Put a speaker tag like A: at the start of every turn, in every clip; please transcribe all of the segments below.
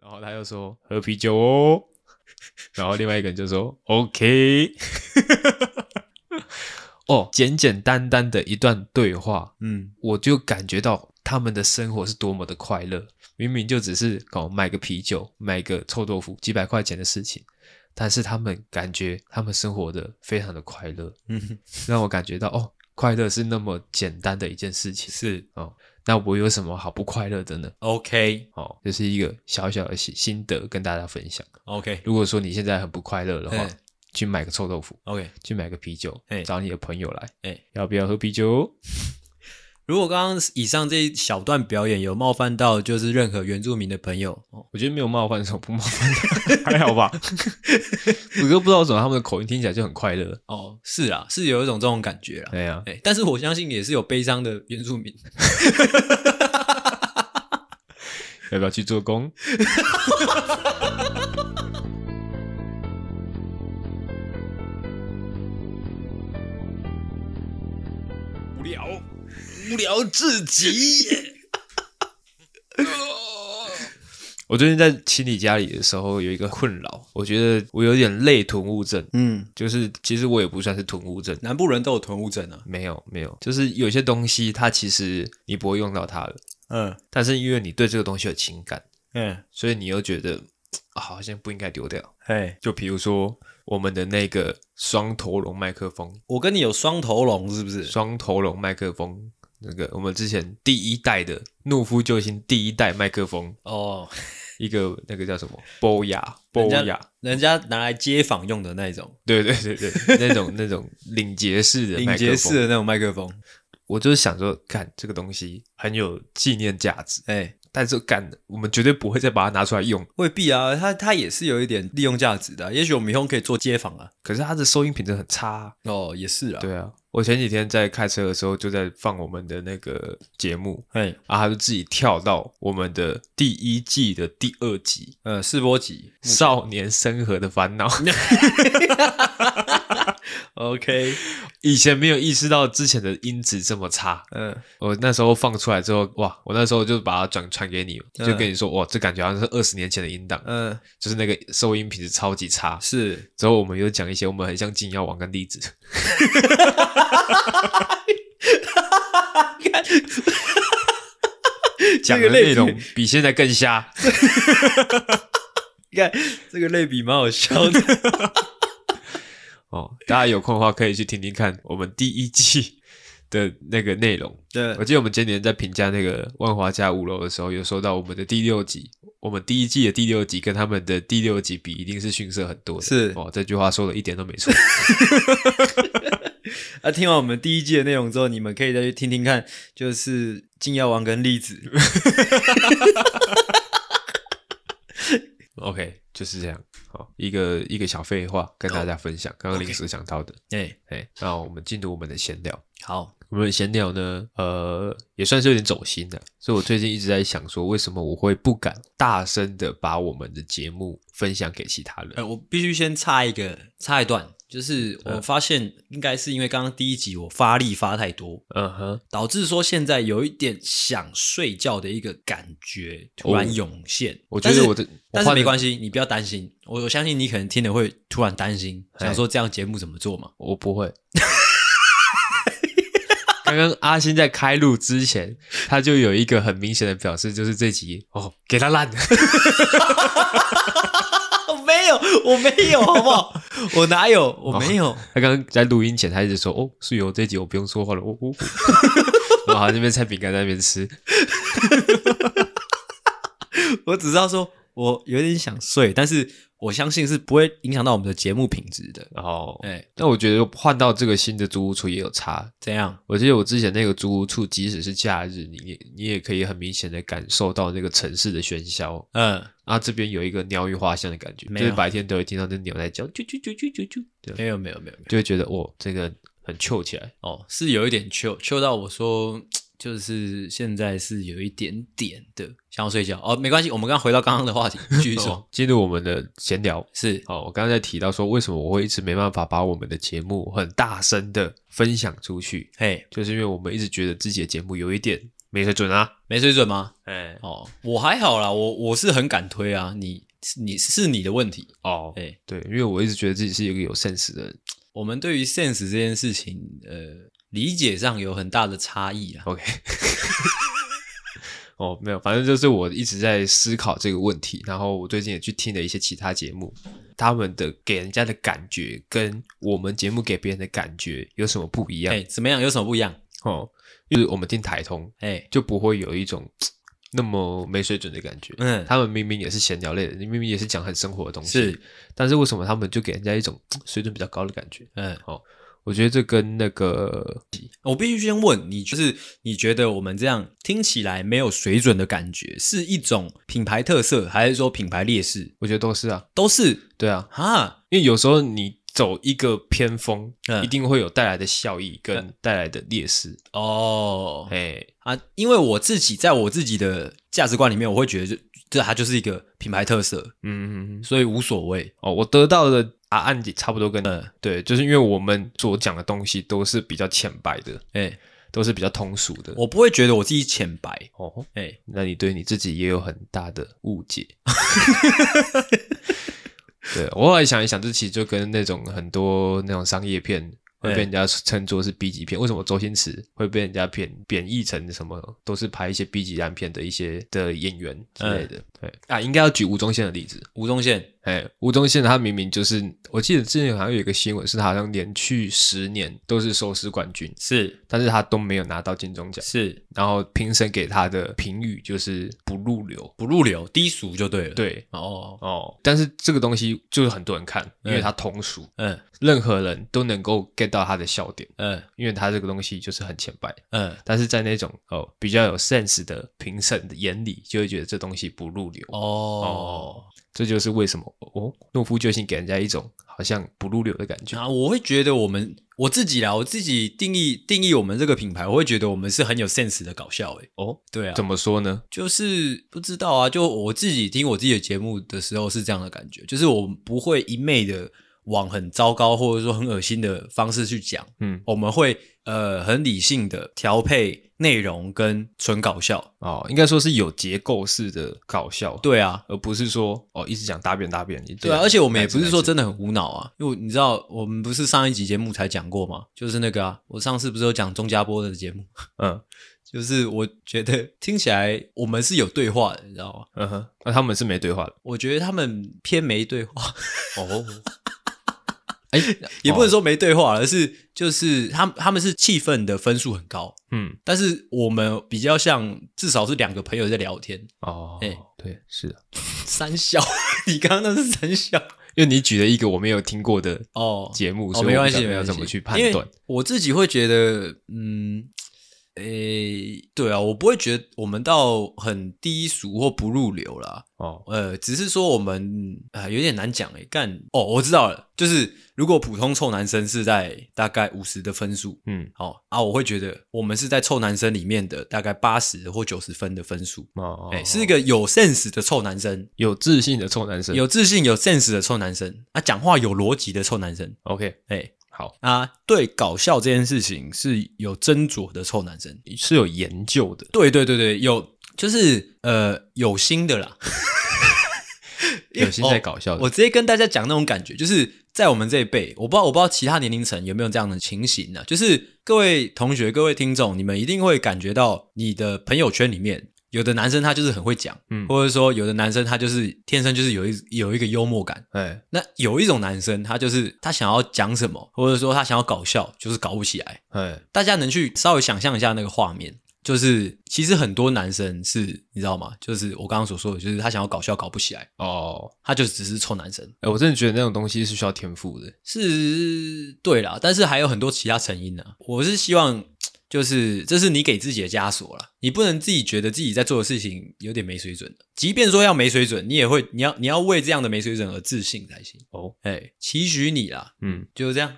A: 后他又说喝啤酒哦，然后另外一个人就说 OK，哦，简简单单的一段对话，
B: 嗯，
A: 我就感觉到他们的生活是多么的快乐。明明就只是搞买个啤酒、买个臭豆腐几百块钱的事情，但是他们感觉他们生活的非常的快乐，
B: 嗯，
A: 让我感觉到哦，快乐是那么简单的一件事情
B: 是
A: 哦。那我有什么好不快乐的呢？
B: OK
A: 哦，这是一个小小的心心得跟大家分享。
B: OK
A: 如果说你现在很不快乐的话
B: 嗯，
A: 去买个臭豆腐，
B: OK，
A: 去买个啤酒
B: 嘿，
A: 找你的朋友来，
B: 哎，
A: 要不要喝啤酒？
B: 如果刚刚以上这一小段表演有冒犯到就是任何原住民的朋友，哦
A: 我觉得没有冒犯，什么不冒犯的， 还好吧。我都不知道为什么他们的口音听起来就很快乐。
B: 哦，是啊，是有一种这种感觉啦。
A: 对呀、
B: 哎，但是我相信也是有悲伤的原住民，
A: 要不要去做工？
B: 无聊， 无聊至极。
A: 我最近在清理家里的时候有一个困扰，我觉得我有点类囤物症，
B: 嗯，
A: 就是其实我也不算是囤物症，
B: 南部人都有囤物症啊。
A: 没有没有，就是有些东西它其实你不会用到它了，
B: 嗯
A: 但是因为你对这个东西有情感，
B: 嗯，
A: 所以你又觉得、啊、好像不应该丢掉。
B: 哎，
A: 就比如说我们的那个双头龙麦克风，
B: 我跟你有双头龙是不是？
A: 双头龙麦克风，那个我们之前第一代的《怒夫救星》第一代麦克风，
B: 哦，
A: 一个那个叫什么波雅波
B: 人家
A: 雅，
B: 人家拿来街访用的那一种
A: 对对对对，那种那种领结式的
B: 领
A: 麦
B: 结
A: 克
B: 式
A: 风，
B: 的那种麦克风。
A: 我就是想说，干这个东西很有纪念价值，
B: 哎，
A: 但是干我们绝对不会再把它拿出来用。
B: 未必啊，它它也是有一点利用价值的啊、也许我们以后可以做街访啊。
A: 可是它的收音品质很差啊、
B: 哦，也是啊。，
A: 对啊，我前几天在开车的时候就在放我们的那个节目。
B: 哎，
A: 啊，他就自己跳到我们的第一季的第二集，
B: 呃，试播集
A: 《少年生活的烦恼》。
B: ，OK，
A: 以前没有意识到之前的音质这么差，
B: 嗯、
A: 我那时候放出来之后，哇！我那时候就把它转传给你，
B: 嗯
A: 就跟你说，哇，这感觉好像是二十年前的音档，
B: 嗯、
A: 就是那个收音品质超级差。
B: 是
A: 之后我们又讲一些我们很像金药王跟栗子，讲的内容比现在更瞎。
B: 你看这个类比蛮好笑的。
A: 哦，大家有空的话可以去听听看我们第一季的那个内容。
B: 对
A: 我，记得我们今年在评价那个万华家五楼的时候，有说到我们的第六集，我们第一季的第六集跟他们的第六集比，一定是逊色很多的。
B: 是
A: 哦，这句话说的一点都没错。
B: 那、啊听完我们第一季的内容之后，你们可以再去听听看，就是金药王跟栗子。
A: OK，就是这样。好，一个一个小废话跟大家分享，刚刚
B: OK
A: 临时想到的。
B: 哎、
A: 哎，那我们进入我们的闲聊。
B: 好，
A: 我们的闲聊呢，呃，也算是有点走心的，所以我最近一直在想说，为什么我会不敢大声的把我们的节目分享给其他人？
B: 呃，我必须先插一个插一段，就是我发现应该是因为刚刚第一集我发力发太多，
A: 嗯哼，
B: 导致说现在有一点想睡觉的一个感觉突然涌现。
A: 我觉得我的，
B: 但是但是没关系，你不要担心。我我相信你可能听了会突然担心，
A: 哎
B: 想说这样节目怎么做嘛？
A: 我不会。刚刚阿星在开录之前，他就有一个很明显的表示，就是这集哦，给他烂。
B: 啊没有，我没有，好不好？ 我哪有？我没有。
A: 他刚刚在录音前，他一直说：“哦，是由这集我不用说话了。”哦 哦，哦然后他那边拆饼干在那边吃。
B: 我只知道说，我有点想睡，但是我相信是不会影响到我们的节目品质的。
A: 然后，
B: 哎、
A: 但我觉得换到这个新的租屋处也有差。
B: 怎样？
A: 我记得我之前那个租屋处，即使是假日，你也你也可以很明显的感受到那个城市的喧嚣
B: 嗯，
A: 啊，这边有一个鸟语花香的感觉，
B: 没
A: 就
B: 有
A: 是白天都会听到那鸟在叫，啾啾啾啾啾啾，对
B: 没有，没有，没有，没有。
A: 就会觉得哦，这个很 chill 起来。
B: 哦，是有一点秋秋到我说，就是现在是有一点点的想要睡觉。哦，没关系，我们刚回到刚刚的话题，继续 说。
A: 哦，进入我们的闲聊。
B: 是，
A: 哦好，我刚才提到说，为什么我会一直没办法把我们的节目很大声的分享出去，
B: 嘿，
A: 就是因为我们一直觉得自己的节目有一点没水准啊，
B: 没水准吗？
A: 哎，
B: 哦，我还好啦，我我是很敢推啊，你你是你的问题。
A: 哦，
B: 哎，
A: 对，因为我一直觉得自己是一个有 sense 的人。
B: 我们对于 sense 这件事情，呃，理解上有很大的差异啊。
A: OK，哦，没有，反正就是我一直在思考这个问题，然后我最近也去听了一些其他节目，他们的给人家的感觉跟我们节目给别人的感觉有什么不一样？
B: 哎，怎么样？有什么不一样？
A: 哦，就是我们听台通
B: 哎，
A: 就不会有一种那么没水准的感觉。
B: 嗯，
A: 他们明明也是闲聊类的，你明明也是讲很生活的东西，
B: 是，
A: 但是为什么他们就给人家一种水准比较高的感觉？
B: 嗯，
A: 我觉得这跟那个
B: 我必须先问你，就是你觉得我们这样听起来没有水准的感觉，是一种品牌特色，还是说品牌劣势？
A: 我觉得都是啊，
B: 都是
A: 对啊，
B: 哈，
A: 因为有时候你走一个偏锋，
B: 嗯
A: 一定会有带来的效益跟带来的劣势。
B: 哦，
A: 哎，
B: 啊，因为我自己在我自己的价值观里面，我会觉得这这它就是一个品牌特色，
A: 嗯，嗯嗯
B: 所以无所谓。
A: 哦，我得到的答案也差不多跟
B: 嗯
A: 对，就是因为我们所讲的东西都是比较浅白的，
B: 哎、
A: 都是比较通俗的。
B: 我不会觉得我自己浅白。
A: 哦，
B: 哎、
A: 那你对你自己也有很大的误解。对我后来想一想，这其实就跟那种很多那种商业片。会被
B: 哎
A: 人家称作是 B 级片，为什么周星驰会被人家贬贬义成什么都是拍一些 B 级烂片的一些的演员之类的？对啊，应该要举吴宗宪的例子。
B: 吴宗宪，
A: 哎，吴宗宪他明明就是，我记得之前好像有一个新闻，是他好像连续十年都是收视冠军，
B: 是
A: 但是他都没有拿到金钟奖，
B: 是
A: 然后评审给他的评语就是不入流。
B: 不入流、低俗就对了。，
A: 对
B: 哦，
A: 哦，但是这个东西就是很多人看，因为它通俗，
B: 嗯
A: 任何人都能够 get 到它的笑点，
B: 嗯
A: 因为它这个东西就是很浅白。
B: 嗯，
A: 但是在那种哦比较有 sense 的评审的眼里，就会觉得这东西不入流。
B: 哦，
A: 这就是为什么哦，懦夫救星给人家一种好像不入流的感觉。
B: 啊，我会觉得我们我自己啦，我自己定义定义我们这个品牌，我会觉得我们是很有 sense 的搞笑、欸。哎，
A: 哦，
B: 对啊，
A: 怎么说呢？
B: 就是不知道啊，就我自己听我自己的节目的时候是这样的感觉，就是我不会一昧的往很糟糕或者说很恶心的方式去讲，
A: 嗯，
B: 我们会呃很理性的调配内容跟纯搞笑。
A: 哦，应该说是有结构式的搞笑，，
B: 对啊，
A: 而不是说哦一直讲大便大便。
B: 对啊，而且我们也
A: 来自
B: 不是说
A: 来自
B: 真的很无脑啊，因为你知道我们不是上一集节目才讲过嘛，就是那个啊，我上次不是有讲钟家波的节目，
A: 嗯
B: 就是我觉得听起来我们是有对话的，你知道吗？
A: 嗯哼，那、他们是没对话的。
B: 我觉得他们偏没对话。
A: 哦，哎，
B: 也不
A: 说，
B: 能说没对话，而是就是他们他们是气氛的分数很高，
A: 嗯，
B: 但是我们比较像至少是两个朋友在聊天。
A: 哦，
B: 哎
A: 对，是的，
B: 三小， 你刚刚那是三小
A: 因为你举了一个我没有听过的
B: 哦，
A: 节目，
B: 哦
A: 所以
B: 没关
A: 我
B: 系，
A: 不知道
B: 没
A: 要
B: 有
A: 怎么去判断。。
B: 我自己会觉得，嗯，诶、对啊，我不会觉得我们到很低俗或不入流啦。
A: 哦，
B: 呃，只是说我们啊、有点难讲诶、干哦，我知道了，就是如果普通臭男生是在大概五十的分数，
A: 嗯，
B: 好啊，我会觉得我们是在臭男生里面的大概八十或九十分的分数，
A: 哦，
B: 哎、是一个有 sense 的臭男生，
A: 有自信的臭男生。
B: 有自信、有 sense 的臭男生，啊，讲话有逻辑的臭男生，
A: OK，
B: 哎、
A: 好，
B: 啊，对搞笑这件事情是有斟酌的臭男生，
A: 是有研究的。
B: 对对对对，有就是呃有心 的啦，
A: 有心在搞
B: 哦
A: 笑的，
B: 我直接跟大家讲那种感觉，就是在我们这一辈，我不知道我不知道其他年龄层有没有这样的情形呢、啊就是各位同学、各位听众，你们一定会感觉到你的朋友圈里面。有的男生他就是很会讲，
A: 嗯
B: 或者说有的男生他就是天生就是有一有一个幽默感。
A: 哎，
B: 那有一种男生他就是他想要讲什么，或者说他想要搞笑，就是搞不起来。
A: 哎，
B: 大家能去稍微想象一下那个画面，就是其实很多男生是你知道吗？就是我刚刚所说的，就是他想要搞笑搞不起来，
A: 哦，
B: 他就只是臭男生。
A: 哎，我真的觉得那种东西是需要天赋的。
B: 是对啦，但是还有很多其他成因呢、我是希望，就是这是你给自己的枷锁啦，你不能自己觉得自己在做的事情有点没水准的。即便说要没水准，你也会，你要你要为这样的没水准而自信才行。
A: 哦，
B: 哎、期许你啦，
A: 嗯，
B: 就是这样。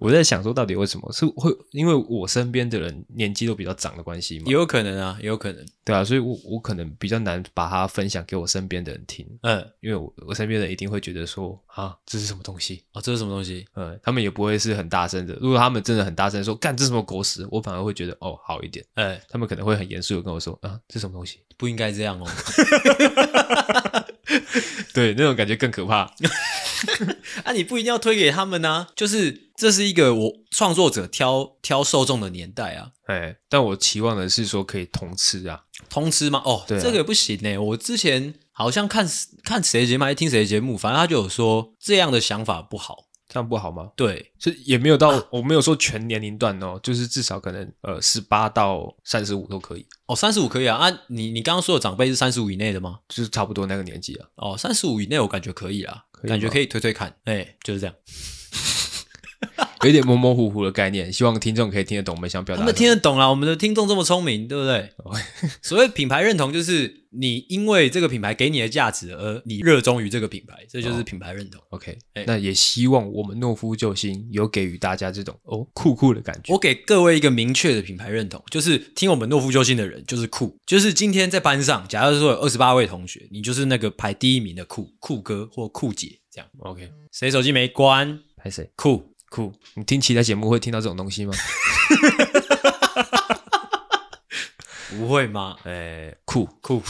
A: 我在想说，到底为什么是会？因为我身边的人年纪都比较长的关系嘛
B: 也，有可能啊，也有可能。
A: 对啊，所以我我可能比较难把它分享给我身边的人听，
B: 嗯，
A: 因为我我身边的人一定会觉得说啊，这是什么东西？
B: 哦，这是什么东西？
A: 嗯，他们也不会是很大声的。如果他们真的很大声地说干这是什么狗屎，我反而会觉得哦好一点。
B: 哎、
A: 他们可能会很严肃的跟我说啊，这什么东西？
B: 不应该这样哦。
A: 对，那种感觉更可怕。
B: 啊，你不一定要推给他们啊，就是这是一个我创作者挑挑受众的年代啊。
A: 哎，但我期望的是说可以同吃啊。
B: 通吃吗？哦，
A: 对啊
B: 这个也不行呢、我之前好像看看谁的节目还是听谁的节目，反正他就有说这样的想法不好。
A: 这样不好吗？
B: 对，
A: 是也没有到，我没有说全年龄段哦，就是至少可能呃十八到三十五都可以，
B: 哦，三十五可以啊。啊，你你刚刚说的长辈是三十五以内的吗？
A: 就是差不多那个年纪啊。
B: 哦，三十五以内我感觉可以啦，
A: 可以吗
B: 感觉可以推推看。哎、就是这样。
A: 有一点模模糊糊的概念，希望听众可以听得懂我们想表达
B: 他
A: 的。
B: 们听得懂啦，我们的听众这么聪明，对不对
A: 哦？
B: 所谓品牌认同，就是你因为这个品牌给你的价值，而你热衷于这个品牌，这
A: 哦
B: 就是品牌认同。
A: OK，、
B: 哎
A: 那也希望我们懦夫救星有给予大家这种哦酷酷的感觉。
B: 我给各位一个明确的品牌认同，就是听我们懦夫救星的人就是酷，就是今天在班上，假如说有二十八位同学，你就是那个排第一名的酷酷哥或酷姐这样。
A: OK，
B: 谁手机没关？
A: 拍谁？
B: 酷，
A: 酷，你听其他节目会听到这种东西吗？
B: 不会吗？
A: 哎，酷
B: 酷，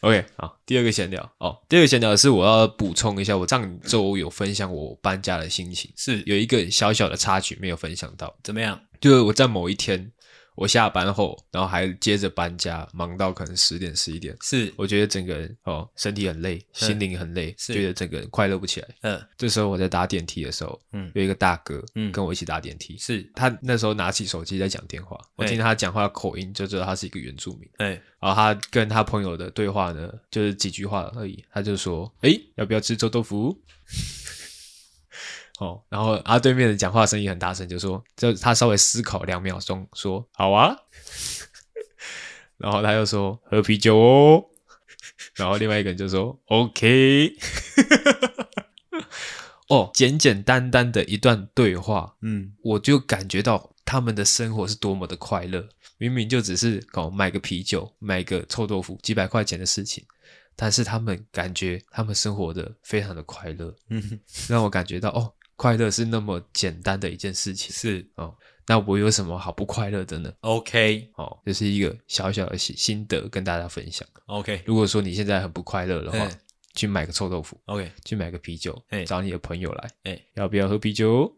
A: OK，好，第二个闲聊哦，第二个闲聊是我要补充一下，我上周有分享我搬家的心情，
B: 是
A: 有一个小小的插曲没有分享到，
B: 怎么样？
A: 就是我在某一天，我下班后，然后还接着搬家，忙到可能十点十一点，
B: 是，
A: 我觉得整个人哦身体很累，心灵很累，
B: 嗯是
A: 觉得整个人快乐不起来。
B: 嗯
A: 这时候我在搭电梯的时候，
B: 嗯，
A: 有一个大哥，
B: 嗯
A: 跟我一起搭电梯，
B: 是，
A: 他那时候拿起手机在讲电话，我
B: 哎
A: 听他讲话的口音就知道他是一个原住民。
B: 哎、
A: 然后他跟他朋友的对话呢，就是几句话而已。他就说：“诶，要不要吃臭豆腐？” 哦，然后他对面的讲话声音很大声，就说：“就他稍微思考两秒钟，说好啊。” 然后他又说：“喝啤酒哦。” 然后另外一个人就说：“OK。”哦，简简单单的一段对话，
B: 嗯，
A: 我就感觉到他们的生活是多么的快乐。明明就只是搞买个啤酒、买个臭豆腐几百块钱的事情，但是他们感觉他们生活的非常的快乐，
B: 嗯，
A: 让我感觉到哦，快乐是那么简单的一件事情
B: 是
A: 哦。那我有什么好不快乐的呢？
B: ，OK，OK，、
A: 哦，这、是一个小小的心心得跟大家分享。
B: OK
A: 如果说你现在很不快乐的话
B: 哎，
A: 去买个臭豆腐，
B: OK
A: 去买个啤酒
B: 哎，
A: 找你的朋友来，
B: 哎
A: 要不要喝啤酒？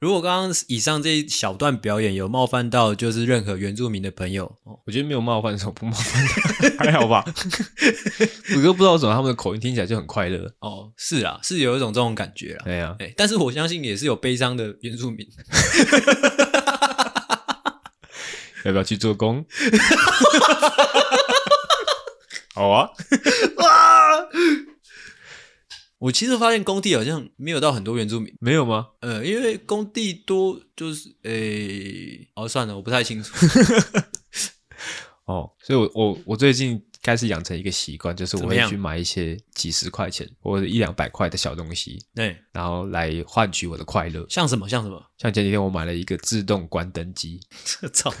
B: 如果刚刚以上这一小段表演有冒犯到就是任何原住民的朋友，哦
A: 我觉得没有冒犯，什么不冒犯的， 还好吧。我哥不知道为什么他们的口音听起来就很快乐。
B: 哦，是啊，是有一种这种感觉啦。
A: 对呀、
B: 哎、但是我相信也是有悲伤的原住民。
A: 要不要去做 工？好啊，
B: 我其实发现工地好像没有到很多原住民，
A: 没有吗？
B: 呃，因为工地多就是，哎、哦，算了，我不太 清楚。
A: 哦，所以我我我最近开始养成一个习惯，就是我
B: 怎么
A: 会
B: 样
A: 去买一些几十块钱或者一两百块的小东西，
B: 哎、
A: 然后来换取我的快乐。
B: 像什么像什么，
A: 像前几天我买了一个自动关灯机，
B: 操，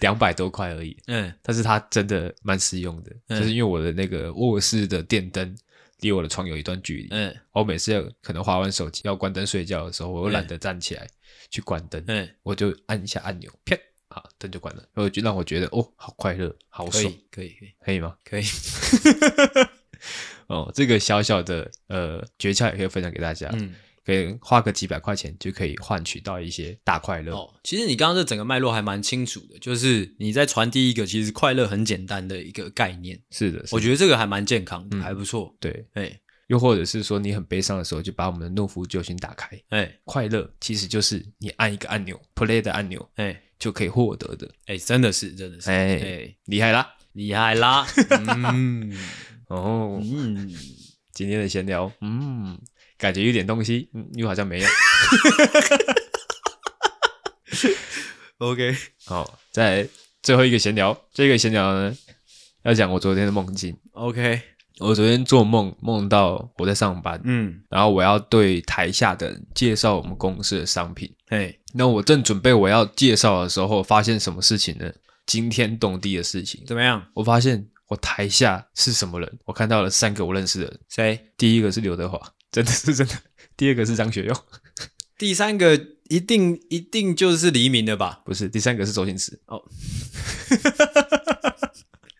A: 两百多块而已，
B: 嗯，
A: 但是它真的蛮实用的，
B: 嗯
A: 就是因为我的那个卧室的电灯离我的床有一段距离，
B: 嗯，
A: 我每次要可能划完手机要关灯睡觉的时候，我又懒得站起来去关灯，
B: 嗯，
A: 我就按一下按钮，啪，好，灯就关了，然后就让我觉得哦，好快乐，好
B: 可
A: 爽，
B: 以，可以，可以，
A: 可以吗？
B: 可以，
A: 哦，这个小小的呃诀窍也可以分享给大家，
B: 嗯，
A: 可以花个几百块钱就可以换取到一些大快乐。
B: 哦，其实你刚刚这整个脉络还蛮清楚的，就是你在传递一个其实快乐很简单的一个概念，
A: 是的，是的
B: 我觉得这个还蛮健康的，还不错。
A: 对，
B: 哎、
A: 又或者是说你很悲伤的时候，就把我们的懦夫救星打开，
B: 哎、
A: 快乐其实就是你按一个按钮，play 的按钮
B: 哎、
A: 就可以获得的，
B: 哎、真的是，真的是，哎、
A: 哎，厉害啦！
B: 厉害啦， 嗯
A: 哦，
B: 嗯，
A: 今天的闲聊，嗯，感觉有点东西，嗯，又好像 没有。
B: OK，
A: 好，再来最后一个闲聊，这个闲聊呢，要讲我昨天的梦境。
B: OK，
A: 我哦昨天做梦，梦到我在上班，
B: 嗯，
A: 然后我要对台下的人介绍我们公司的商品。
B: 嘿，
A: 那我正准备我要介绍的时候，发现什么事情呢？惊天动地的事情！
B: 怎么样？
A: 我发现我台下是什么人？我看到了三个我认识的人，
B: 谁？
A: 第一个是刘德华，真的是真的；第二个是张学友，
B: 第三个一定一定就是黎明的吧？
A: 不是；第三个是周星驰。
B: 哦，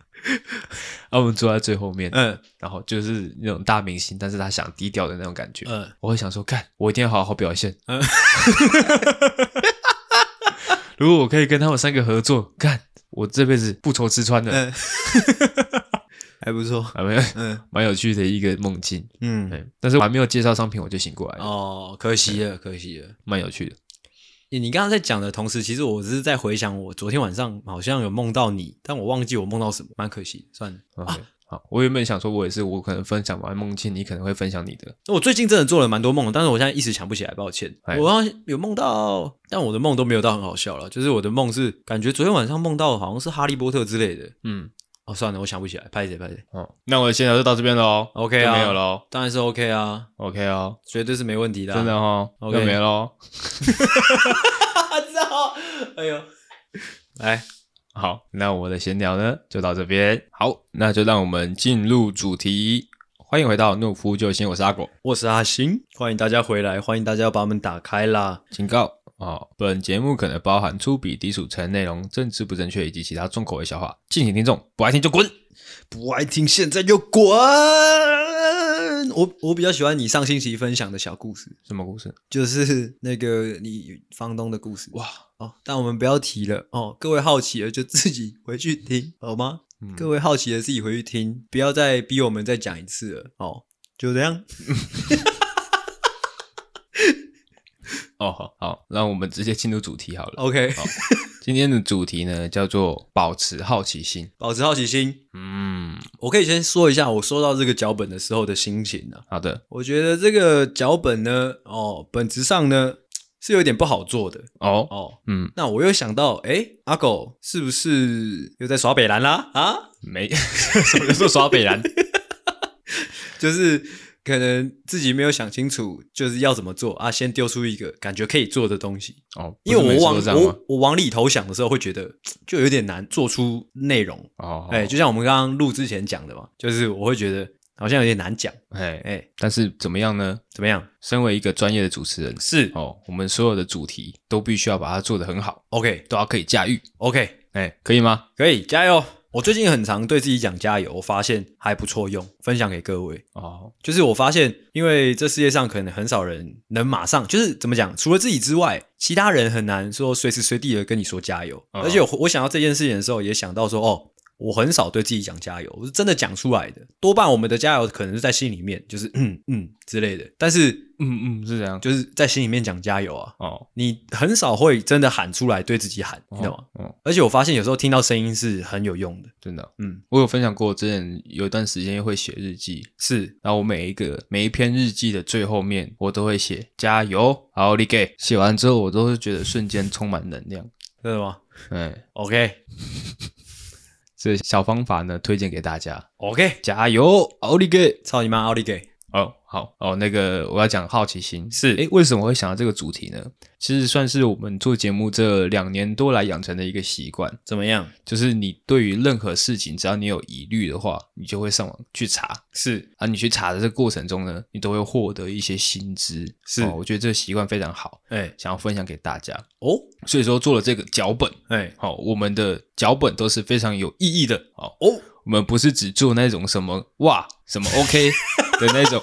A: 啊，我们坐在最后面，
B: 嗯
A: 然后就是那种大明星，但是他想低调的那种感觉。
B: 嗯，
A: 我会想说，看，我一定要好好表现。
B: 嗯
A: 如果我可以跟他们三个合作，看我这辈子不愁吃穿的。
B: 嗯 还不错。
A: 啊，没有，
B: 嗯
A: 蛮有趣的一个梦境。
B: 嗯，
A: 对，但是我还没有介绍商品，我就醒过来了，
B: 哦，可惜了，可惜了。
A: 蛮有趣的。
B: 你刚刚在讲的同时，其实我只是在回想，我昨天晚上好像有梦到你，但我忘记我梦到什么，蛮可惜的。算了，
A: OK，、好，啊我原本想说，我也是，我可能分享完梦境，你可能会分享你的。
B: 我最近真的做了蛮多梦的，但是我现在一时想不起来，抱歉。
A: 哎
B: 我好像有梦到，但我的梦都没有到很好笑了，就是我的梦是感觉昨天晚上梦到好像是哈利波特之类的。
A: 嗯，
B: 哦，算了，我想不起来，拍谁拍谁，
A: 哦，那我的闲聊就到这边喽。
B: OK
A: 就
B: 啊
A: 没有喽。
B: 当然是 OK 啊，
A: OK 哦，
B: 绝对是没问题的、啊
A: 真的，哦，
B: OK
A: 就没喽。
B: 啊， 知道？哎呦，来，
A: 好，那我的闲聊呢就到这边。好，那就让我们进入主题。欢迎回到懦夫救星，我是阿果。
B: 我是阿星，欢迎大家回来，欢迎大家把门打开啦。
A: 警告哦，本节目可能包含粗鄙、低俗、成内容、政治不正确以及其他重口味笑话，敬请听众不爱听就滚。
B: 不爱听现在就滚！我我比较喜欢你上星期分享的小故事，
A: 什么故事？
B: 就是那个你房东的故事。
A: 哇
B: 哦，但我们不要提了哦。各位好奇的就自己回去听，好吗？
A: 嗯
B: 各位好奇的自己回去听，不要再逼我们再讲一次了。哦，就这样。
A: 哦，好，好，让我们直接进入主题好了。
B: OK，
A: 好今天的主题呢叫做保持好奇心。
B: 保持好奇心。
A: 嗯，
B: 我可以先说一下我收到这个脚本的时候的心情啊。
A: 好的。
B: 我觉得这个脚本呢，哦，本质上呢是有点不好做的
A: 哦，
B: 哦。
A: 嗯，
B: 那我又想到，哎，阿狗是不是又在耍北兰啦？啊，
A: 没，什么叫做耍北兰？
B: 就是可能自己没有想清楚，就是要怎么做啊，先丢出一个感觉可以做的东西。
A: 哦，
B: 因为
A: 不是每
B: 我
A: 次都
B: 往
A: 这样吗？哦
B: 我我往里头想的时候，会觉得就有点难做出内容。
A: 哦，
B: 哎、就像我们刚刚录之前讲的嘛，就是我会觉得好像有点难讲。
A: 哎
B: 哎、
A: 但是怎么样呢？
B: 怎么样？
A: 身为一个专业的主持人，
B: 是
A: 哦，我们所有的主题都必须要把它做得很好，
B: OK
A: 都要可以驾驭，
B: OK，
A: 哎、可以吗？
B: 可以加油。我最近很常对自己讲加油，我发现还不错用，分享给各位。
A: 哦，
B: 就是我发现，因为这世界上可能很少人能马上，就是怎么讲，除了自己之外，其他人很难说随时随地的跟你说加油。
A: 嗯
B: 而且我我想到这件事情的时候，也想到说，哦，我很少对自己讲加油，我是真的讲出来的。多半我们的加油可能是在心里面，就是嗯嗯之类的，但是
A: 嗯嗯，是这样。
B: 就是在心里面讲加油啊，
A: 哦，
B: 你很少会真的喊出来对自己喊，你知道吗？
A: 哦，
B: 而且我发现有时候听到声音是很有用的，
A: 真的，
B: 嗯，
A: 我有分享过，我之前有一段时间会写日记，
B: 是
A: 然后我每一个每一篇日记的最后面，我都会写加油，好力给。写完之后，我都会觉得瞬间充满能量。
B: 真的吗
A: 哎，
B: ？OK
A: 这小方法呢，推荐给大家，
B: OK，
A: 加油，奥利给！
B: 操你妈奥利给！
A: 哦，好哦，那个我要讲好奇心
B: 是
A: 诶，为什么会想到这个主题呢？其实算是我们做节目这两年多来养成的一个习惯，
B: 怎么样？
A: 就是你对于任何事情，只要你有疑虑的话，你就会上网去查。
B: 是
A: 啊，你去查的这个过程中呢，你都会获得一些新知。
B: 是
A: 哦我觉得这个习惯非常好，
B: 哎、
A: 想要分享给大家。
B: 哦，
A: 所以说做了这个脚本，
B: 哎，
A: 好、我们的脚本都是非常有意义的。哦，
B: 哦，
A: 我们不是只做那种什么哇什么 OK 的那种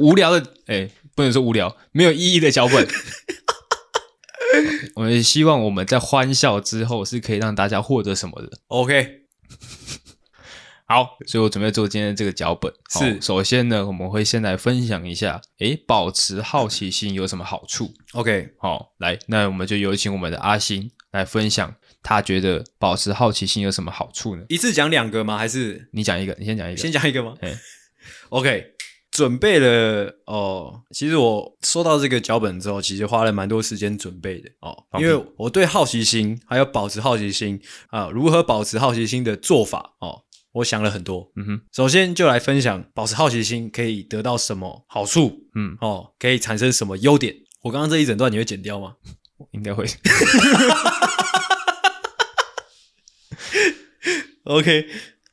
A: 无聊的，哎，不能说无聊，没有意义的脚本。 我们希望我们在欢笑之后是可以让大家获得什么的。
B: OK，
A: 好，所以我准备做今天的这个脚本。好
B: 是
A: 首先呢，我们会先来分享一下，诶，保持好奇心有什么好处？
B: OK，
A: 好、来，那我们就有请我们的阿星来分享，他觉得保持好奇心有什么好处呢？
B: 一次讲两个吗？还是
A: 你讲一个，你先讲一个。
B: 先讲一个吗
A: 哎
B: ？OK，准备了哦。其实我收到这个脚本之后，其实花了蛮多时间准备的哦，
A: 好
B: 因为我对好奇心还有保持好奇心啊、如何保持好奇心的做法哦，我想了很多。
A: 嗯哼，
B: 首先就来分享保持好奇心可以得到什么好处
A: 嗯，
B: 哦，可以产生什么优点。我刚刚这一整段你会剪掉吗？
A: 应 该会。
B: OK，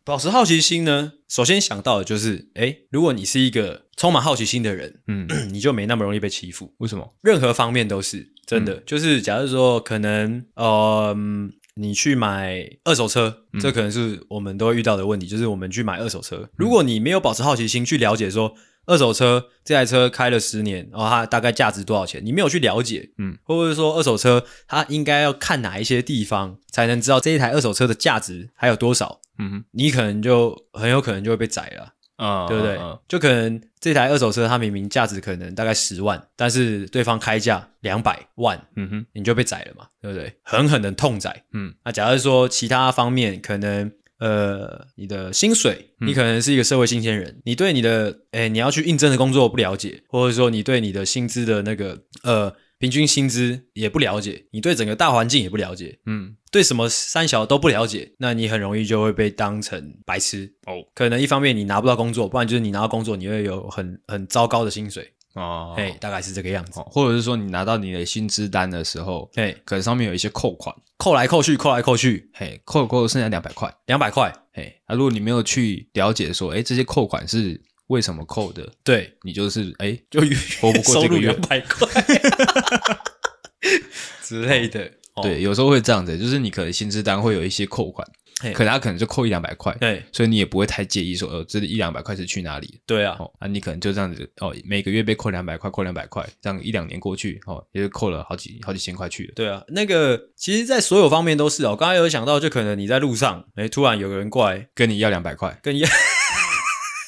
B: 保持好奇心呢，首先想到的就是，诶，如果你是一个充满好奇心的人，
A: 嗯，
B: 你就没那么容易被欺负，
A: 为什么？
B: 任何方面都是真的。就是假如说，可能呃，嗯你去买二手车，这可能是我们都会遇到的问题，就是我们去买二手车，如果你没有保持好奇心去了解说。二手车这台车开了十年，然后它大概价值多少钱？你没有去了解，
A: 嗯，
B: 或者说二手车它应该要看哪一些地方才能知道这一台二手车的价值还有多少？
A: 嗯
B: 你可能就很有可能就会被宰了，
A: 哼，啊
B: 对不对？就可能这台二手车它明明价值可能大概十万，但是对方开价两百万，
A: 嗯哼，
B: 你就被宰了嘛，对不对？狠狠的痛宰。
A: 嗯，
B: 那假如说其他方面可能。呃，你的薪水，你可能是一个社会新鲜人，你对你的，哎、你要去应征的工作不了解，或者说你对你的薪资的那个，呃，平均薪资也不了解，你对整个大环境也不了解，
A: 嗯，
B: 对什么三小都不了解，那你很容易就会被当成白痴
A: 哦。
B: 可能一方面你拿不到工作，不然就是你拿到工作，你会有很 很糟糕的薪水，
A: 哦，
B: 哎、大概是这个样子
A: 哦。或者是说你拿到你的薪资单的时候，
B: 哎、
A: 可能上面有一些扣款，
B: 扣来扣去，扣来扣去，
A: 嘿，扣扣剩下两百块，
B: 两百块，
A: 嘿，啊，如果你没有去了解说，哎，这些扣款是为什么扣的，
B: 对，
A: 你就是哎
B: 就月
A: 活不过
B: 收
A: 这个
B: 入
A: 月
B: 两百块之类的。哦
A: 对，，有时候会这样子，就是你可能薪资单会有一些扣款
B: 嘿，
A: 可他可能就扣一两百块，
B: 对
A: 所以你也不会太介意说，呃，这一两百块是去哪里？
B: 对啊，
A: 哦，啊，你可能就这样子，哦，每个月被扣两百块，扣两百块，这样一两年过去，哦，也就扣了好几好几千块去了。
B: 对啊，那个其实，在所有方面都是哦。我刚才有想到，就可能你在路上，哎、突然有个人过来
A: 跟你要两百块，
B: 跟你，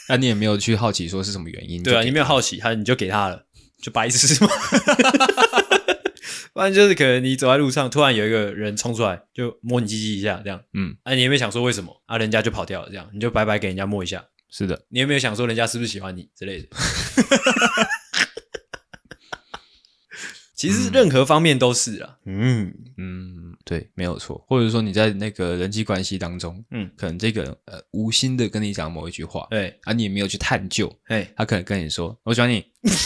A: 那你也没有去好奇说是什么原因？
B: 对啊，
A: 就
B: 你
A: 给
B: 没有好奇，他你就给他了，就白痴嘛。 不然就是可能你走在路上，突然有一个人冲出来，就摸你鸡鸡一下，这样，
A: 嗯，
B: 啊，你有没有想说为什么啊？人家就跑掉了，这样你就白白给人家摸一下，
A: 是的，
B: 你有没有想说人家是不是喜欢你之类的？其实任何方面都是啊，嗯，
A: 嗯，对，没有错。或者说你在那个人际关系当中，
B: 嗯
A: 可能这个人呃无心的跟你讲某一句话，
B: 对，
A: 啊，你也没有去探究，
B: 哎，
A: 他可能跟你说我喜欢你，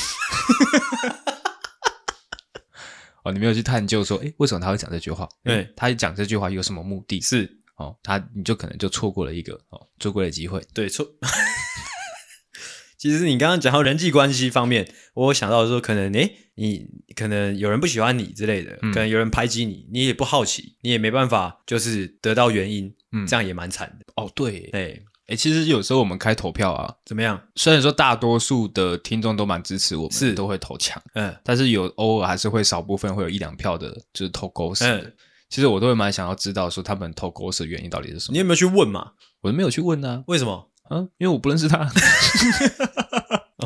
A: 哦，你没有去探究说，诶，为什么他会讲这句话？
B: 对
A: 诶他讲这句话有什么目的？
B: 是
A: 哦，他你就可能就错过了一个哦，错过了机会。
B: 对错。 其实你刚刚讲到人际关系方面，我有想到说，可能诶，你可能有人不喜欢你之类的，
A: 嗯
B: 可能有人排挤你，你也不好奇，你也没办法，就是得到原因，
A: 嗯
B: 这样也蛮惨的。
A: 哦，对，
B: 哎、
A: 诶，其实有时候我们开投票啊，
B: 怎么样？
A: 虽然说大多数的听众都蛮支持我们，
B: 是
A: 都会投强，
B: 嗯
A: 但是有偶尔还是会少部分会有一两票的，就是投狗屎。
B: 嗯，
A: 其实我都会蛮想要知道说他们投狗屎的原因到底是什
B: 你
A: 么，
B: 有没有去问嘛？
A: 我都没有去问啊，
B: 为 什么
A: 嗯，因为我不认识他。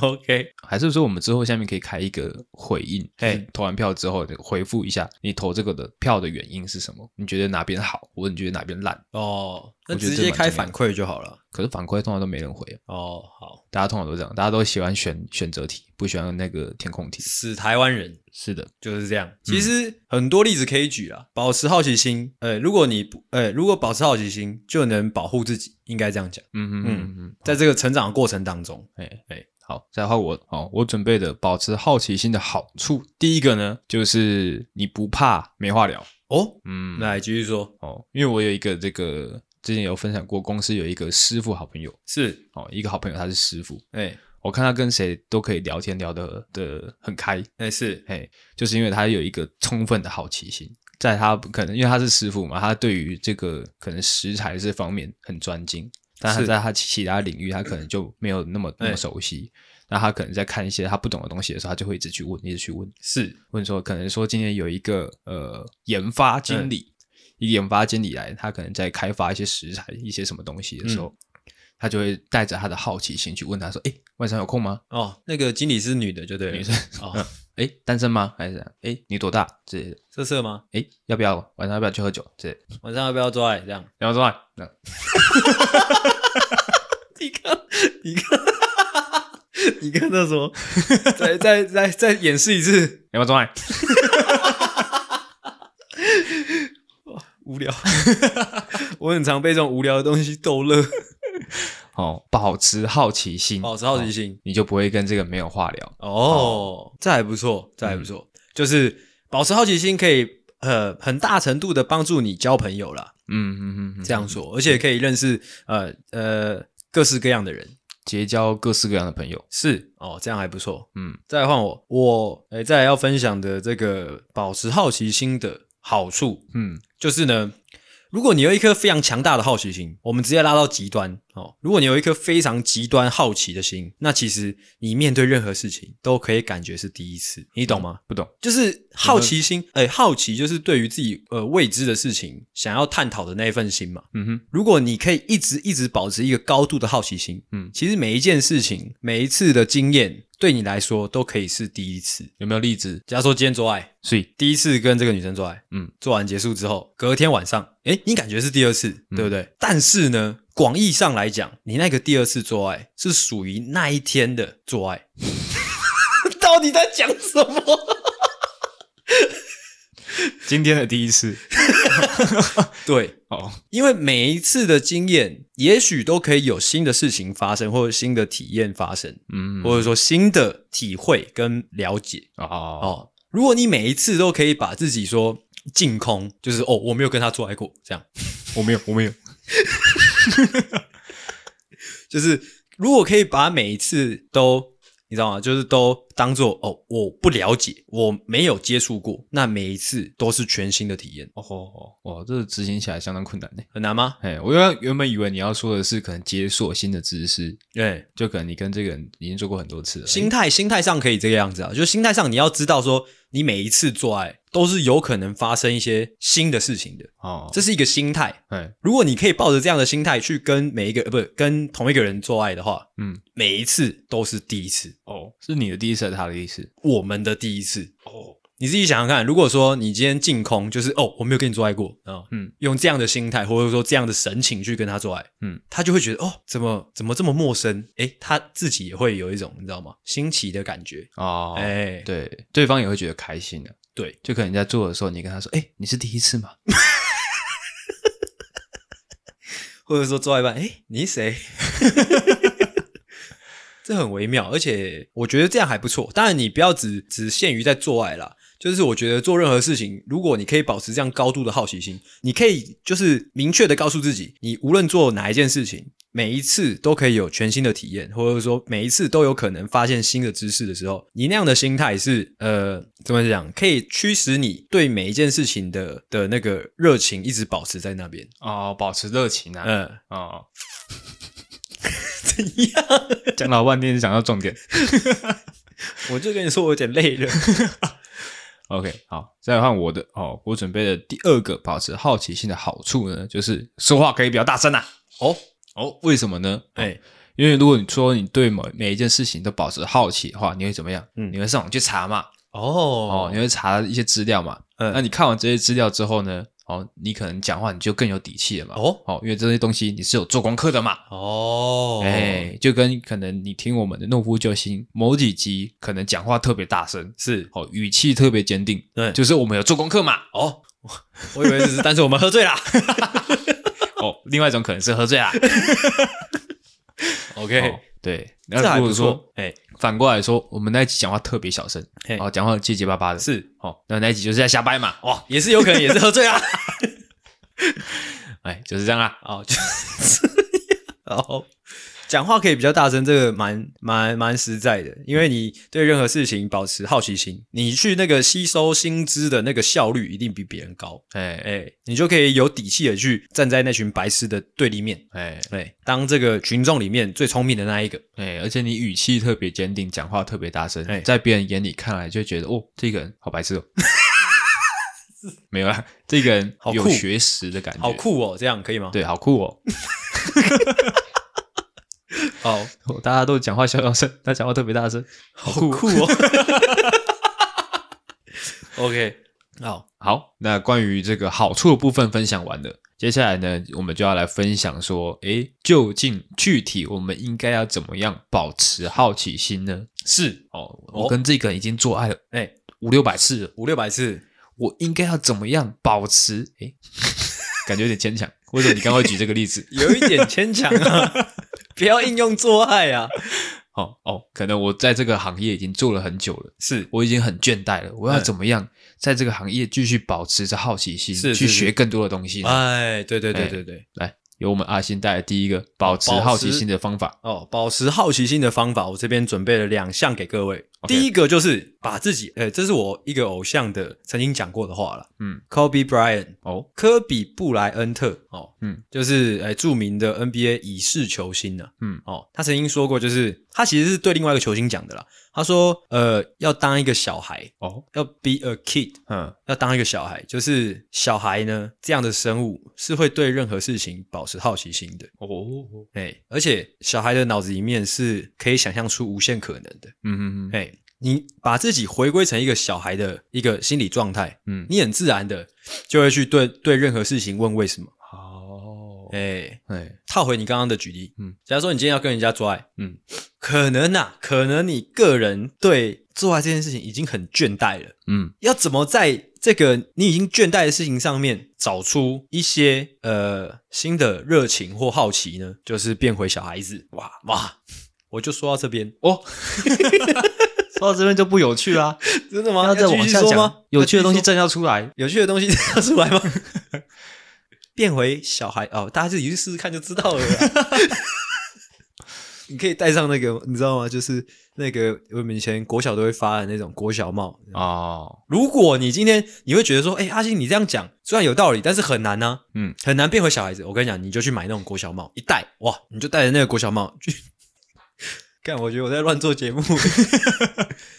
B: ？OK，
A: 还是说我们之后下面可以开一个回应，就
B: 嘿
A: 是投完票之后回复一下你投这个的票的原因是什么？你觉得哪边好，或者你觉得哪边烂？
B: 哦，那
A: 我觉得
B: 直
A: 这
B: 接
A: 蛮
B: 开
A: 重要
B: 反馈就好了。
A: 可是反馈通常都没人回，啊
B: 哦，好，
A: 大家通常都这样，大家都喜欢选选择题，不喜欢那个填空题。
B: 死台湾人
A: 是的，
B: 就是这样。
A: 嗯
B: 其实很多例子可以举啊，保持好奇心。呃，如果你不，呃，如果保持好奇心，就能保护自己，应该这样讲。
A: 嗯嗯嗯嗯，
B: 在这个成长的过程当中，
A: 哎哎，好，再换我哦。我准备的保持好奇心的好处，第一个呢，就是你不怕没话聊。
B: 哦，
A: 嗯，
B: 那来继续说，
A: 哦，因为我有一个这个之前有分享过，公司有一个师傅好朋友
B: 是，
A: 哦，一个好朋友他是师傅，
B: 哎，
A: 我看他跟谁都可以聊天聊得的很开，
B: 哎是，
A: 嘿，就是因为他有一个充分的好奇心，在他可能因为他是师傅嘛，他对于这个可能食材这方面很专精，但他
B: 是
A: 在他其其他领域他可能就没有那么那么
B: 哎
A: 熟悉，那他可能在看一些他不懂的东西的时候，他就会一直去问，一直去问，
B: 是，
A: 问说可能说今天有一个呃研发经
B: 哎
A: 理，一个研发经理来，他可能在开发一些食材、一些什么东西的
B: 嗯
A: 时候，他就会带着他的好奇心去问他说：“哎，晚上有空吗？
B: 哦，那个经理是女的就对了，
A: 女生
B: 哦，
A: 哎，单身吗？还是怎样哎，你多大之类的？
B: 色色吗？
A: 哎，要不要晚上要不要去喝酒之类的？
B: 晚上要不要做爱？这样，
A: 然后说啊那
B: 你看，你看，你看那什 么，再再再再演示一次，
A: 要不要做爱？
B: 无聊，我很常被这种无聊的东西逗乐。
A: 哦，保持好奇心，
B: 保持好奇
A: 哦
B: 心。
A: 你就不会跟这个没有话聊。
B: 哦，这还不错，这还不错，就是保持好奇心可以呃很大程度的帮助你交朋友啦。
A: 嗯嗯嗯嗯，
B: 这样说，而且可以认识呃呃各式各样的人。
A: 结交各式各样的朋友。
B: 是哦，这样还不错。
A: 嗯，
B: 再来换我，我诶、再来要分享的这个保持好奇心的好处，
A: 嗯
B: 就是呢，如果你有一颗非常强大的好奇心，我们直接拉到极端哦。如果你有一颗非常极端好奇的心，那其实你面对任何事情都可以感觉是第一次，你懂吗？
A: 不懂。
B: 就是好奇心，哎、好奇就是对于自己呃未知的事情想要探讨的那一份心嘛。
A: 嗯哼，
B: 如果你可以一直一直保持一个高度的好奇心，
A: 嗯
B: 其实每一件事情、每一次的经验，对你来说都可以是第一次。
A: 有没有例子？
B: 假如说今天做爱，
A: 所以，
B: 第一次跟这个女生做爱，
A: 嗯，
B: 做完结束之后，隔天晚上，诶，你感觉是第二次，
A: 嗯
B: 对不对？但是呢，广义上来讲，你那个第二次做爱是属于那一天的做 爱。到底在讲什么？
A: 今天的第一次
B: 对，
A: 哦，
B: 因为每一次的经验，也许都可以有新的事情发生，或者新的体验发生，
A: 嗯
B: 或者说新的体会跟了解
A: 哦
B: 哦。如果你每一次都可以把自己说净空，就是哦，我没有跟他做爱过，这样
A: 我没有，我没有，
B: 就是如果可以把每一次都你知道吗？就是都当做哦，我不了解，我没有接触过，那每一次都是全新的体验，
A: 哦哦哦，哇这个执行起来相当困难呢。
B: 很难吗？
A: 哎，我原原本以为你要说的是可能解锁新的知识，
B: 对，
A: 就可能你跟这个人已经做过很多次了。
B: 心态心态上可以这个样子啊，就是心态上你要知道说，你每一次做爱都是有可能发生一些新的事情的，
A: 哦，
B: 这是一个心态。
A: 哎，
B: 如果你可以抱着这样的心态去跟每一个呃不是跟同一个人做爱的话，
A: 嗯，
B: 每一次都是第一次，
A: 哦，是你的第一次还是他的第一次？
B: 我们的第一次。
A: 哦，
B: 你自己想想看，如果说你今天净空，就是哦，我没有跟你做爱过啊，哦
A: 嗯，
B: 用这样的心态或者说这样的神情去跟他做爱，
A: 嗯，
B: 他就会觉得哦，怎么怎么这么陌生？诶，他自己也会有一种你知道吗？新奇的感觉，
A: 哦，
B: 哎，
A: 对，对方也会觉得开心的。
B: 对，
A: 就可能你在做的时候，你跟他说：“哎、你是第一次吗
B: 或者说做到一半，哎，你是谁？ 这很微妙，而且我觉得这样还不错。当然，你不要只只限于在做爱啦，就是我觉得做任何事情，如果你可以保持这样高度的好奇心，你可以就是明确的告诉自己，你无论做哪一件事情，每一次都可以有全新的体验，或者说每一次都有可能发现新的知识的时候，你那样的心态是呃怎么讲，可以驱使你对每一件事情的的那个热情一直保持在那边。？”
A: 哦，保持热情啊！
B: 嗯、
A: 哦，
B: 怎样？
A: 讲老半天讲到重点。
B: 我就跟你说，我有点累了。
A: OK，好，再来换我的哦。我准备的第二个保持好奇心的好处呢，就是说话可以比较大声啦、啊
B: 哦，
A: 哦，为什么呢？
B: 哎、
A: 因为如果你说你对某每一件事情都保持好奇的话，你会怎么样？
B: 嗯
A: 你会上网去查嘛？哦
B: 哦，
A: 你会查一些资料嘛？
B: 嗯
A: 那你看完这些资料之后呢？哦，你可能讲话你就更有底气了嘛？
B: 哦
A: 哦，因为这些东西你是有做功课的嘛？
B: 哦，
A: 哎，就跟可能你听我们的《懦夫救星》某几集，可能讲话特别大声，
B: 是，
A: 哦，语气特别坚定，
B: 对，
A: 就是我们有做功课嘛。
B: 哦，我我以为只是单纯我们喝醉啦。
A: 哦，另外一种可能是喝醉啦。
B: OK，、
A: 哦对，
B: 这
A: 那
B: 还
A: 如
B: 不
A: 果说
B: 错。哎、
A: 反过来说，我们那一集讲话特别小声，
B: 嘿
A: 哦，讲话结结巴巴的，
B: 是
A: 哦，那那一集就是在瞎掰嘛，哦
B: 哇，也是有可能也是喝醉啊 啦。
A: 哎，就是这样啦。
B: 哦，就是哦。讲话可以比较大声，这个蛮蛮蛮实在的，因为你对任何事情保持好奇心，你去那个吸收新知的那个效率一定比别人高，
A: 哎
B: 哎、你就可以有底气的去站在那群白痴的对立面，
A: 哎
B: 对，当这个群众里面最聪明的那一个，
A: 哎，而且你语气特别坚定，讲话特别大声
B: 哎，
A: 在别人眼里看来就觉得哦，这个人好白痴哦。 没有啦，这个人
B: 好酷
A: 有学识的感觉，
B: 好，酷哦，这样可以吗？，
A: 对，好酷哦。
B: 哦，
A: 哦大家都讲话小小声，他讲话特别大声，
B: 好
A: 酷
B: 酷 哦。OK，好，
A: 好，那关于这个好处的部分分享完了，接下来呢，我们就要来分享说，诶，究竟具体我们应该要怎么样保持好奇心呢？是哦，
B: 哦
A: 我跟这个人已经做爱了
B: 哎、
A: 五六百次了，
B: 五六百次，？
A: 我应该要怎么样保持？ 诶，感觉有点牵强。为什么你刚刚会举这个例子
B: 有一点牵强啊，不要应用做爱啊！
A: 哦哦，可能我在这个行业已经做了很久了，
B: 是
A: 我已经很倦怠了。我要
B: 嗯
A: 怎么样在这个行业继续保持着好奇心，
B: 是是
A: 去
B: 是
A: 学更多的东西呢？
B: 哎，对对对
A: 哎
B: 对对，
A: 来，由我们阿星带来第一个保持
B: 保持
A: 好奇心的方法。
B: 哦，保持好奇心的方法，我这边准备了两项给各位。
A: OK
B: 第一个就是把自己，呃，这是我一个偶像的曾经讲过的话了
A: 嗯，
B: ，Kobe Bryant，
A: 哦，
B: 科比布莱恩特，哦，
A: 嗯，
B: 就是呃著名的 NBA 已逝球星呢、
A: 嗯，
B: 哦，他曾经说过，就是他其实是对另外一个球星讲的啦。他说，呃，要当一个小孩，
A: 哦，
B: 要 be a kid，
A: 嗯，
B: 要当一个小孩，就是小孩呢这样的生物是会对任何事情保持好奇心的。
A: 哦，
B: 哎、而且小孩的脑子里面是可以想象出无限可能的。
A: 嗯嗯嗯
B: 哎、你把自己回归成一个小孩的一个心理状态，
A: 嗯，
B: 你很自然的就会去对对任何事情问为什么。
A: 好，
B: 哎、
A: 哎，
B: 套回你刚刚的举例，
A: 嗯，
B: 假如说你今天要跟人家做爱，
A: 嗯，
B: 可能呐、可能你个人对做爱这件事情已经很倦怠了，
A: 嗯
B: 要怎么在这个你已经倦怠的事情上面找出一些呃新的热情或好奇呢？就是变回小孩子，哇哇！我就说到这边，
A: 哦，说到这边就不有趣啦、
B: 真的吗？
A: 要再
B: 继续
A: 往下
B: 说吗
A: 讲，？有趣的东西
B: 要继续说，
A: 正要出来。
B: 有趣的东西 要出来吗？变回小孩哦，大家自己去试试看就知道了 啦。你可以戴上那个，你知道吗？就是那个我们以前国小都会发的那种国小帽，
A: 哦，
B: 如果你今天你会觉得说，哎、阿星你这样讲虽然有道理，但是很难呢、
A: 嗯，
B: 很难变回小孩子。我跟你讲，你就去买那种国小帽，一戴哇，你就戴着那个国小帽 去。看，我觉得我在乱做节目。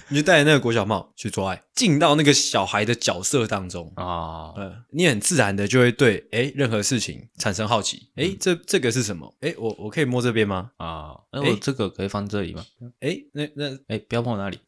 B: 你就戴着那个国小帽去做爱，进到那个小孩的角色当中。
A: 啊、
B: 呃，你很自然的就会对哎、诶任何事情产生好奇。哎、
A: 嗯
B: 这这个是什么？哎、我我可以摸这边吗？
A: 啊，那、
B: 哎
A: 我这个可以放这里吗？
B: 哎、那那
A: 哎、不要碰我那里。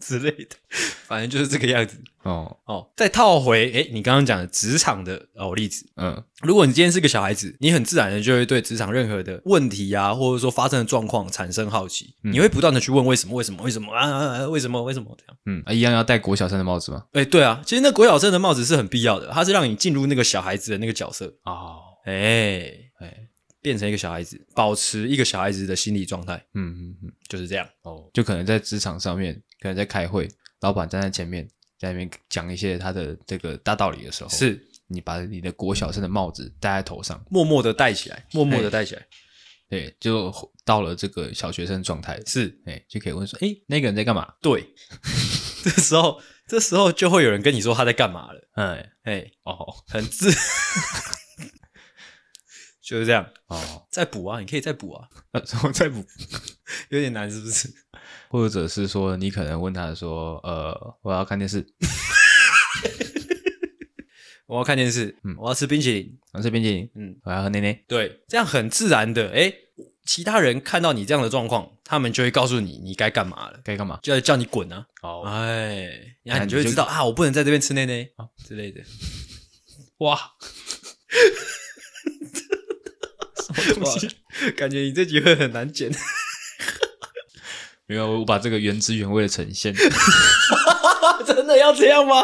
B: 之类的， 反正就是这个样子。
A: 哦，
B: 哦，再套回诶，你刚刚讲的职场的哦例子，
A: 嗯
B: 如果你今天是个小孩子，你很自然的就会对职场任何的问题啊，或者说发生的状况产生好奇，
A: 嗯
B: 你会不断的去问为什么，为什么，为什么啊啊，啊为什么，为什么这样？
A: 嗯、啊，一样要戴国小生的帽子吗？
B: 哎，对啊，其实那国小生的帽子是很必要的，它是让你进入那个小孩子的那个角色，
A: 哦，
B: 哎，
A: 哎、
B: 变成一个小孩子，保持一个小孩子的心理状态，
A: 嗯嗯嗯，
B: 就是这样。
A: 哦，就可能在职场上面，可能在开会，老板站在前面，在那边讲一些他的这个大道理的时候，
B: 是
A: 你把你的国小生的帽子戴在头上，
B: 默默的戴起
A: 哎
B: 来，默默的戴起来，
A: 对，就到了这个小学生状态，
B: 是
A: 哎、就可以问说，哎、那个人在干嘛？
B: 对。 这时候，这时候就会有人跟你说他在干嘛了，
A: 哎、
B: 哎，
A: 哦
B: 很自， 就是这样。
A: 哦，
B: 再补啊，你可以再补啊，
A: 那我再补
B: 有点难是不是？
A: 或者是说你可能问他说，呃，我要看电视，
B: 我要看电视，
A: 嗯
B: 我要吃冰淇淋，
A: 我要吃冰淇淋，
B: 嗯，
A: 我要喝奶奶。
B: 对，这样很自然的，哎，其他人看到你这样的状况，他们就会告诉你你该干嘛了，
A: 该干嘛？
B: 就要叫你滚啊，
A: 哦，
B: 哎，
A: 那
B: 然后你
A: 你
B: 就会
A: 就
B: 知道啊，我不能在这边吃内内
A: 啊
B: 之 类的，
A: 哇，什么东西？
B: 哇感觉你这集会很难剪，
A: 没有，我把这个原汁原味的呈现。
B: 真的要这样吗？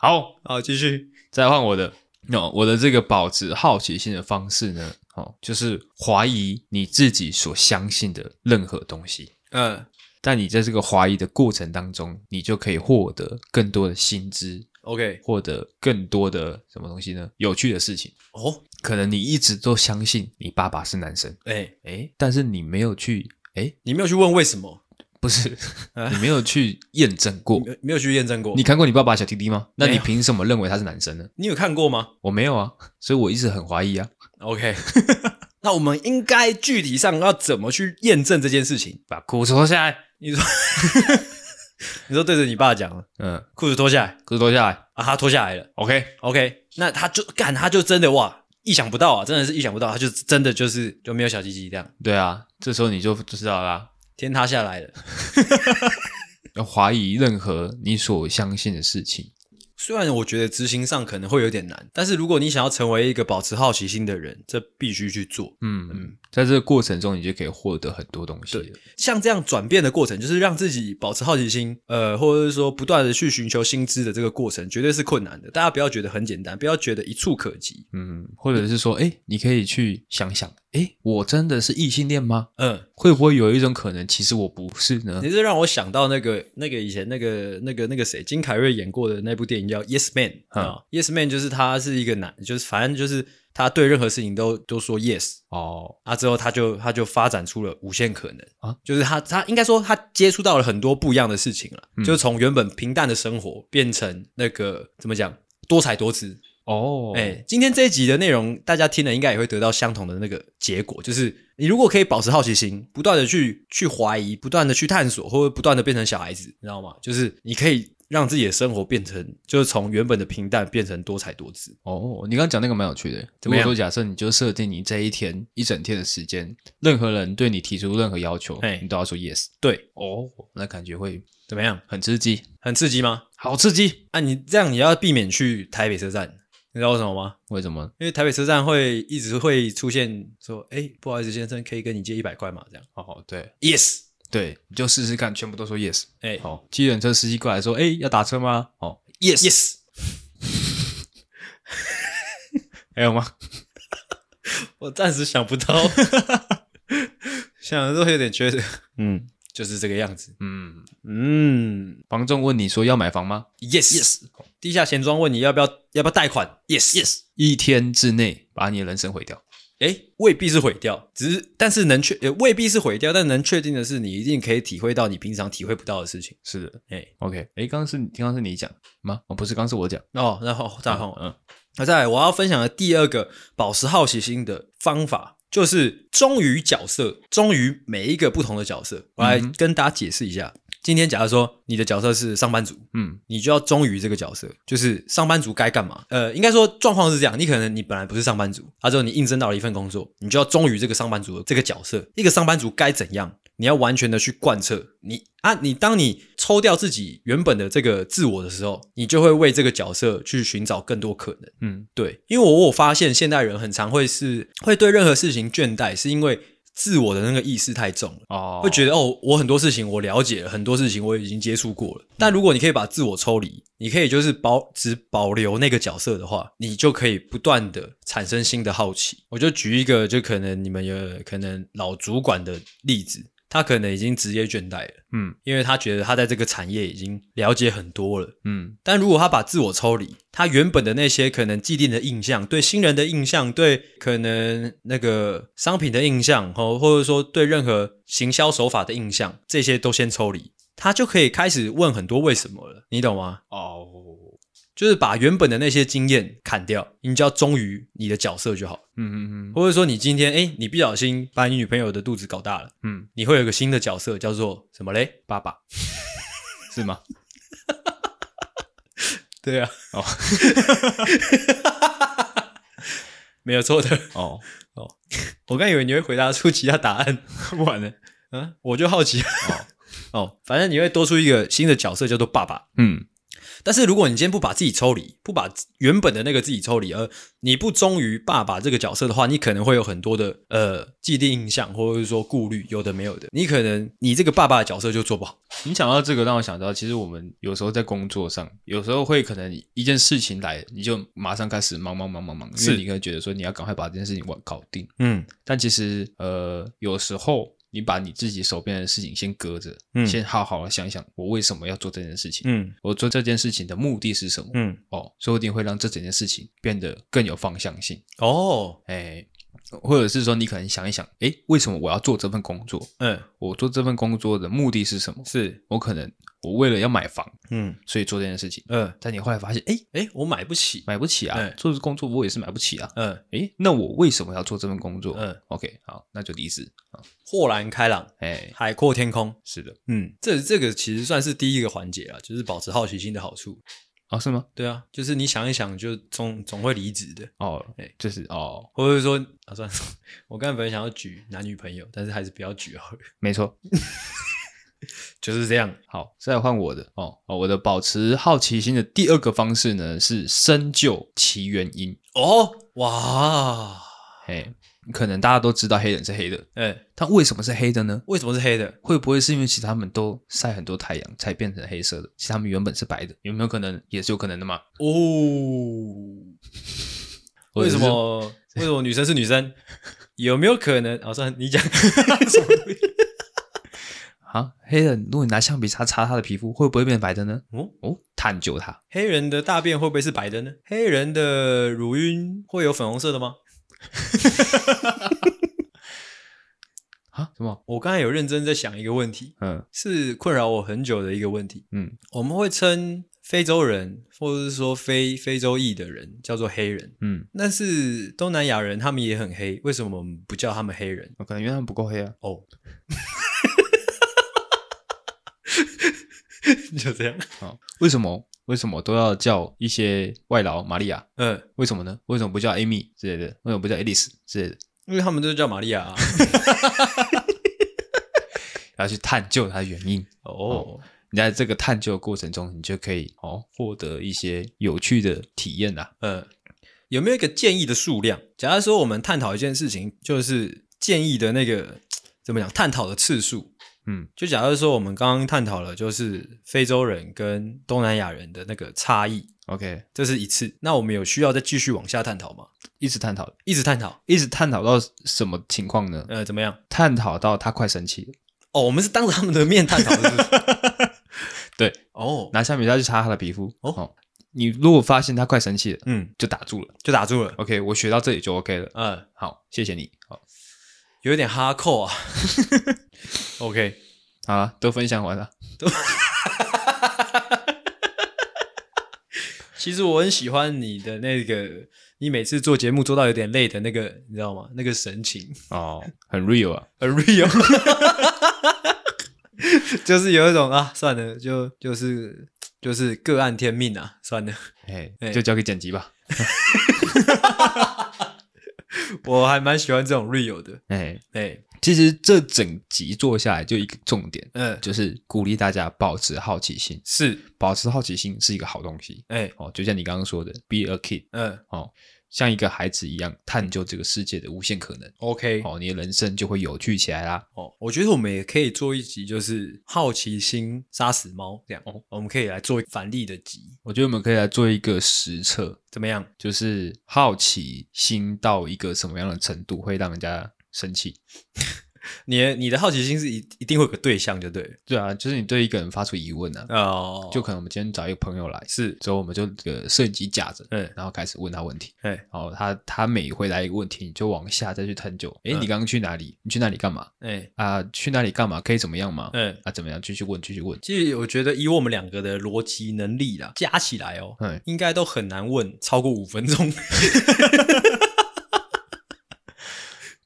A: 好，
B: 好，继续，
A: 再换我的。那、我的这个保持好奇心的方式呢，哦，就是怀疑你自己所相信的任何东西。
B: 嗯，
A: 但你在这个怀疑的过程当中，你就可以获得更多的薪资，
B: OK，
A: 获得更多的什么东西呢？有趣的事情。
B: 哦，
A: 可能你一直都相信你爸爸是男生，
B: 哎，
A: 诶，但是你没有去，诶，
B: 你没有去问为什么，
A: 不是，
B: 啊
A: 你没有去验证过。
B: 没没有去验证过，
A: 你
B: 你
A: 看过你爸爸小弟弟吗？那
B: 没
A: 你
B: 有
A: 凭什么认为他是男生呢？
B: 你有看过吗？
A: 我没有啊，所以我一直很怀疑啊。
B: OK，那我们应该具体上要怎么去验证这件事情？
A: 把裤子脱下来，
B: 你说， 你说对着你爸讲了，
A: 嗯，
B: 裤子脱下来
A: 裤子脱下来
B: 啊，他脱下来了。
A: ，OK，
B: OK，那他就干，他就真的哇，意想不到啊，真的是意想不到，他就真的就是就没有小鸡鸡这样，
A: 对啊，这时候你就就知道啦、
B: 天塌下来了。
A: 要怀疑任何你所相信的事情。
B: 虽然我觉得执行上可能会有点难，但是如果你想要成为一个保持好奇心的人，这必须去做。
A: 嗯嗯，在这个过程中，你就可以获得很多东西
B: 对。像这样转变的过程，就是让自己保持好奇心，呃，或者是说不断的去寻求新知的这个过程，绝对是困难的。大家不要觉得很简单，不要觉得一触可及。
A: 嗯，或者是说，哎、你可以去想想，哎、我真的是异性恋吗？
B: 嗯，
A: 会不会有一种可能，其实我不是呢
B: 你？这让我想到那个那个以前那个那个那个谁，金凯瑞演过的那部电影叫《Yes Man》
A: 嗯
B: 啊，《Yes Man》就是他是一个男，就是反正就是他对任何事情都都说 yes，
A: 哦，
B: 啊，之后他就他就发展出了无限可能
A: 啊
B: 啊，就是他他应该说他接触到了很多不一样的事情了，
A: 嗯
B: 就是从原本平淡的生活变成那个怎么讲多彩多姿。
A: 哦，
B: 哎、今天这一集的内容，大家听了应该也会得到相同的那个结果，就是你如果可以保持好奇心，不断的去去怀疑，不断的去探索，或者不断的变成小孩子，你知道吗？就是你可以让自己的生活变成，就是从原本的平淡变成多彩多姿。
A: 哦，你刚刚讲那个蛮有趣的。
B: 怎么样
A: 如果说假设你就设定你这一天一整天的时间，任何人对你提出任何要求
B: 嘿，
A: 你都要说 yes。
B: 对，
A: 哦，那感觉会
B: 怎么样？
A: 很刺激，
B: 很刺激吗？
A: 好刺激！
B: 啊，你这样也要避免去台北车站，你知道为什么吗？
A: 为什么？
B: 因为台北车站会一直会出现说，哎，不好意思，先生，可以跟你借一百块嘛？这样
A: 哦，对
B: ，yes，
A: 对，你就试试看，全部都说 yes。
B: 哎
A: 好，计程车司机过来说：“哎、要打车吗？”哦，
B: ，yes，yes，
A: 还有吗？
B: 我暂时想不到， 想的都有点觉得，嗯，就是这个样子，
A: 嗯，
B: 嗯
A: 房仲问你说要买房吗？
B: ，yes，yes，地下钱庄问你要不要要不要贷款，yes，yes，
A: 一天之内把你的人生毁掉。
B: 哎，未必是毁掉，只是但是能确，呃未必是毁掉，但能确定的是，你一定可以体会到你平常体会不到的事情，
A: 是的
B: 哎，
A: ，OK。哎、刚刚是刚刚是你讲吗？哦，不是，刚刚是我讲。
B: 哦，然后再后，
A: 嗯，
B: 那再来，我要分享的第二个保持好奇心的方法，就是忠于角色，忠于每一个不同的角色。我来
A: 嗯哼
B: 跟大家解释一下。今天假如说你的角色是上班族，
A: 嗯
B: 你就要忠于这个角色，就是上班族该干嘛？呃，应该说状况是这样，你可能你本来不是上班族，啊之后你应征到了一份工作，你就要忠于这个上班族的这个角色。一个上班族该怎样，你要完全的去贯彻。你啊，你当你抽掉自己原本的这个自我的时候，你就会为这个角色去寻找更多可能。
A: 嗯
B: 对，因为我我发现现代人很常会是会对任何事情倦怠，是因为自我的那个意识太重了。
A: 哦，
B: 会觉
A: 得
B: 得哦，我很多事情我了解了，很多事情我已经接触过了。但如果你可以把自我抽离，你可以就是保只保留那个角色的话，你就可以不断的产生新的好奇。我就举一个，就可能你们有可能老主管的例子，他可能已经职业倦怠了，
A: 嗯
B: 因为他觉得他在这个产业已经了解很多了。
A: 嗯
B: 但如果他把自我抽离，他原本的那些可能既定的印象、对新人的印象、对可能那个商品的印象，或或者说对任何行销手法的印象，这些都先抽离，他就可以开始问很多为什么了，你懂吗？
A: 哦，
B: 就是把原本的那些经验砍掉，你只要忠于你的角色就好。
A: 嗯嗯嗯
B: 或者说你今天哎，你不小心把你女朋友的肚子搞大了，
A: 嗯，
B: 你会有一个新的角色叫做什么嘞？
A: 爸 爸是吗？
B: 对啊，
A: 哦，
B: 没有错的。
A: 哦，
B: 我刚以为你会回答出其他答 案，
A: 不然呢？
B: 嗯，我就好奇。哦 哦，反正你会多出一个新的角色，叫做爸爸。
A: 嗯
B: 但是如果你今天不把自己抽离，不把原本的那个自己抽离，而你不忠于爸爸这个角色的话，你可能会有很多的呃既定印象，或者是说顾虑，有的没有的。你可能你这个爸爸的角色就做不好。
A: 你讲到这个，让我想到，其实我们有时候在工作上，有时候会可能一件事情来，你就马上开始忙忙忙忙忙，因为
B: 是
A: 你可能觉得说你要赶快把这件事情完搞定，
B: 嗯
A: 但其实呃，有时候你把你自己手边的事情先搁着，
B: 嗯
A: 先好好的想一想，我为什么要做这件事情，
B: 嗯
A: 我做这件事情的目的是什么，
B: 嗯，
A: 哦，说不定会让这整件事情变得更有方向性，
B: 哦，
A: 哎，或者是说你可能想一想，哎，为什么我要做这份工作？
B: 嗯
A: 我做这份工作的目的是什么？
B: 是，
A: 我可能我为了要买房，
B: 嗯
A: 所以做这件事情。
B: 嗯，
A: 但你后来发现，哎，
B: 哎，我买不起。
A: 买不起啊
B: 哎，
A: 做这工作我也是买不起啊。
B: 嗯
A: 哎，那我为什么要做这份工作？
B: 嗯
A: ，OK，好，那就离职啊。
B: 豁然开朗，
A: 哎，
B: 海阔天空。
A: 是的，
B: 嗯，这这个其实算是第一个环节啊，就是保持好奇心的好处。
A: 哦，是吗？
B: 对啊，就是你想一想，就总总会离职的，
A: 哦
B: 哎，
A: 就是哦，
B: 或者说啊， 算了，我刚才本来想要举男女朋友，但是还是不要举好了。
A: 没错，
B: 就是这样。
A: 好，再换我的哦哦，我的保持好奇心的第二个方式呢是深究其原因。
B: 哦，哇，
A: 哎，可能大家都知道黑人是黑的，
B: 哎、
A: 他为什么是黑的呢？
B: 为什么是黑的？
A: 会不会是因为其实他们都晒很多太阳才变成黑色的？其实他们原本是白的，有没有可能也是有可能的嘛？
B: 哦，
A: 或者
B: 为
A: 是
B: 什么？为什么女生是女 生？有没有可能？啊、算了， 你讲什么东西
A: 啊？黑人如果你拿橡皮擦擦他的皮肤，会不会变白的呢？
B: 哦，
A: 哦，探究它，
B: 黑人的大便会不会是白的呢？黑人的乳晕会有粉红色的吗？
A: 啊？什么？
B: 我刚才有认真在想一个问题，
A: 嗯
B: 是困扰我很久的一个问题。
A: 嗯
B: 我们会称非洲人，或者是说非非洲裔的人叫做黑人，
A: 嗯，
B: 但是东南亚人他们也很黑，为什么我们不叫他们黑人？
A: 可能因为他们不够黑啊。
B: 哦， 就这样。
A: 啊，为什么？为什么都要叫一些外劳玛利亚？
B: 嗯，
A: 为什么呢？为什么不叫 Amy 之类的？为什么不叫 Alice 之类的？
B: 因为他们都叫玛利亚、啊。
A: 要去探究它的原因。
B: 哦，
A: 你在这个探究的过程中，你就可以哦获得一些有趣的体验啊啦、
B: 嗯，有没有一个建议的数量？假如说我们探讨一件事情，就是建议的那个怎么讲，探讨的次数。
A: 嗯
B: 就假如说我们刚刚探讨了，就是非洲人跟东南亚人的那个差异，
A: ，OK，
B: 这是一次。那我们有需要再继续往下探讨吗？
A: 一直探讨，
B: 一直探讨，
A: 一直探讨到什么情况呢？
B: 呃，怎么样？
A: 探讨到他快生气了，
B: 哦，我们是当着他们的面探讨， 是不是？
A: 对，
B: 哦，
A: 拿橡皮擦去擦他的皮肤。
B: 哦
A: 哦，你如果发现他快生气了，
B: 嗯，
A: 就打住了。
B: 就打住了。
A: OK，我学到这里就 OK 了。
B: 嗯，
A: 好，谢谢你。好，
B: 有点哈扣啊。OK，
A: 好了，都分享完了。
B: 其实我很喜欢你的那个，你每次做节目做到有点累的那个，你知道吗？那个神情
A: 哦，很 real 啊。
B: 很 real，就是有一种啊，算了，就就是就是个案天命啊，算了，
A: 哎
B: 哎，
A: 就交给剪辑吧。
B: 我还蛮喜欢这种 real 的。
A: 哎，
B: 哎，
A: 其实这整集做下来，就一个重点，
B: 嗯，
A: 就是鼓励大家保持好奇心。
B: 是，
A: 保持好奇心是一个好东西
B: 哎，
A: 哦，就像你刚刚说的，be a kid
B: 嗯
A: 哦，像一个孩子一样探究这个世界的无限可能
B: ，OK，
A: 哦，你的人生就会有趣起来啦。
B: 哦，我觉得我们也可以做一集，就是好奇心杀死猫这样。
A: 哦
B: 哦，我们可以来做反例的集，
A: 我觉得我们可以来做一个实测，
B: 怎么样？
A: 就是好奇心到一个什么样的程度会让人家生气？
B: 你的你的好奇心是一一定会有个对象，就对了。
A: 对啊，就是你对一个人发出疑问啊，
B: 哦，
A: 就可能我们今天找一个朋友来，
B: 是
A: 之后我们就这个摄影机架着，
B: 嗯
A: 然后开始问他问题。
B: 哎
A: 然后他他每回答一个问题，你就往下再去探究。诶，
B: 嗯
A: 你刚刚去哪里？你去哪里干嘛？
B: 哎
A: 啊，去那里干嘛？可以怎么样吗？
B: 哎，
A: 啊，怎么样？继续问，继续问。
B: 其实我觉得以我们两个的逻辑能力啦，加起来哦，
A: 嗯，
B: 应该都很难问超过五分钟。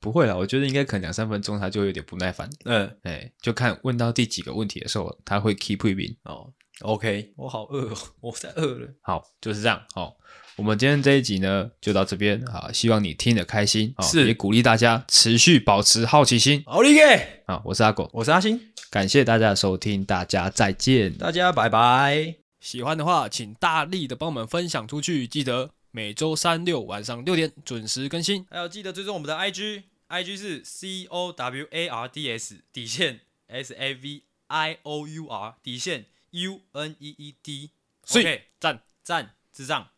A: 不会啦，我觉得应该可能两三分钟他就会有点不耐烦。
B: 嗯，
A: 哎，就看问到第几个问题的时候，他会 keep 一遍。
B: 哦，OK，我好饿哦，我在饿了。
A: 好，就是这样。好、我们今天这一集呢就到这边啊，希望你听得开心啊，
B: 是
A: 也鼓励大家持续保持好奇心
B: 好厉害！
A: 啊。我是阿狗，
B: 我是阿星，
A: 感谢大家的收听，大家再见。
B: 大家拜拜。
C: 喜欢的话，请大力的帮我们分享出去。记得每周三六晚上六点准时更新。
B: 还有记得追踪我们的 IG，IG 是 C O W A R D S 底线 S A V I O U R 底线 U N E E D，
C: 所以
B: 赞赞智障。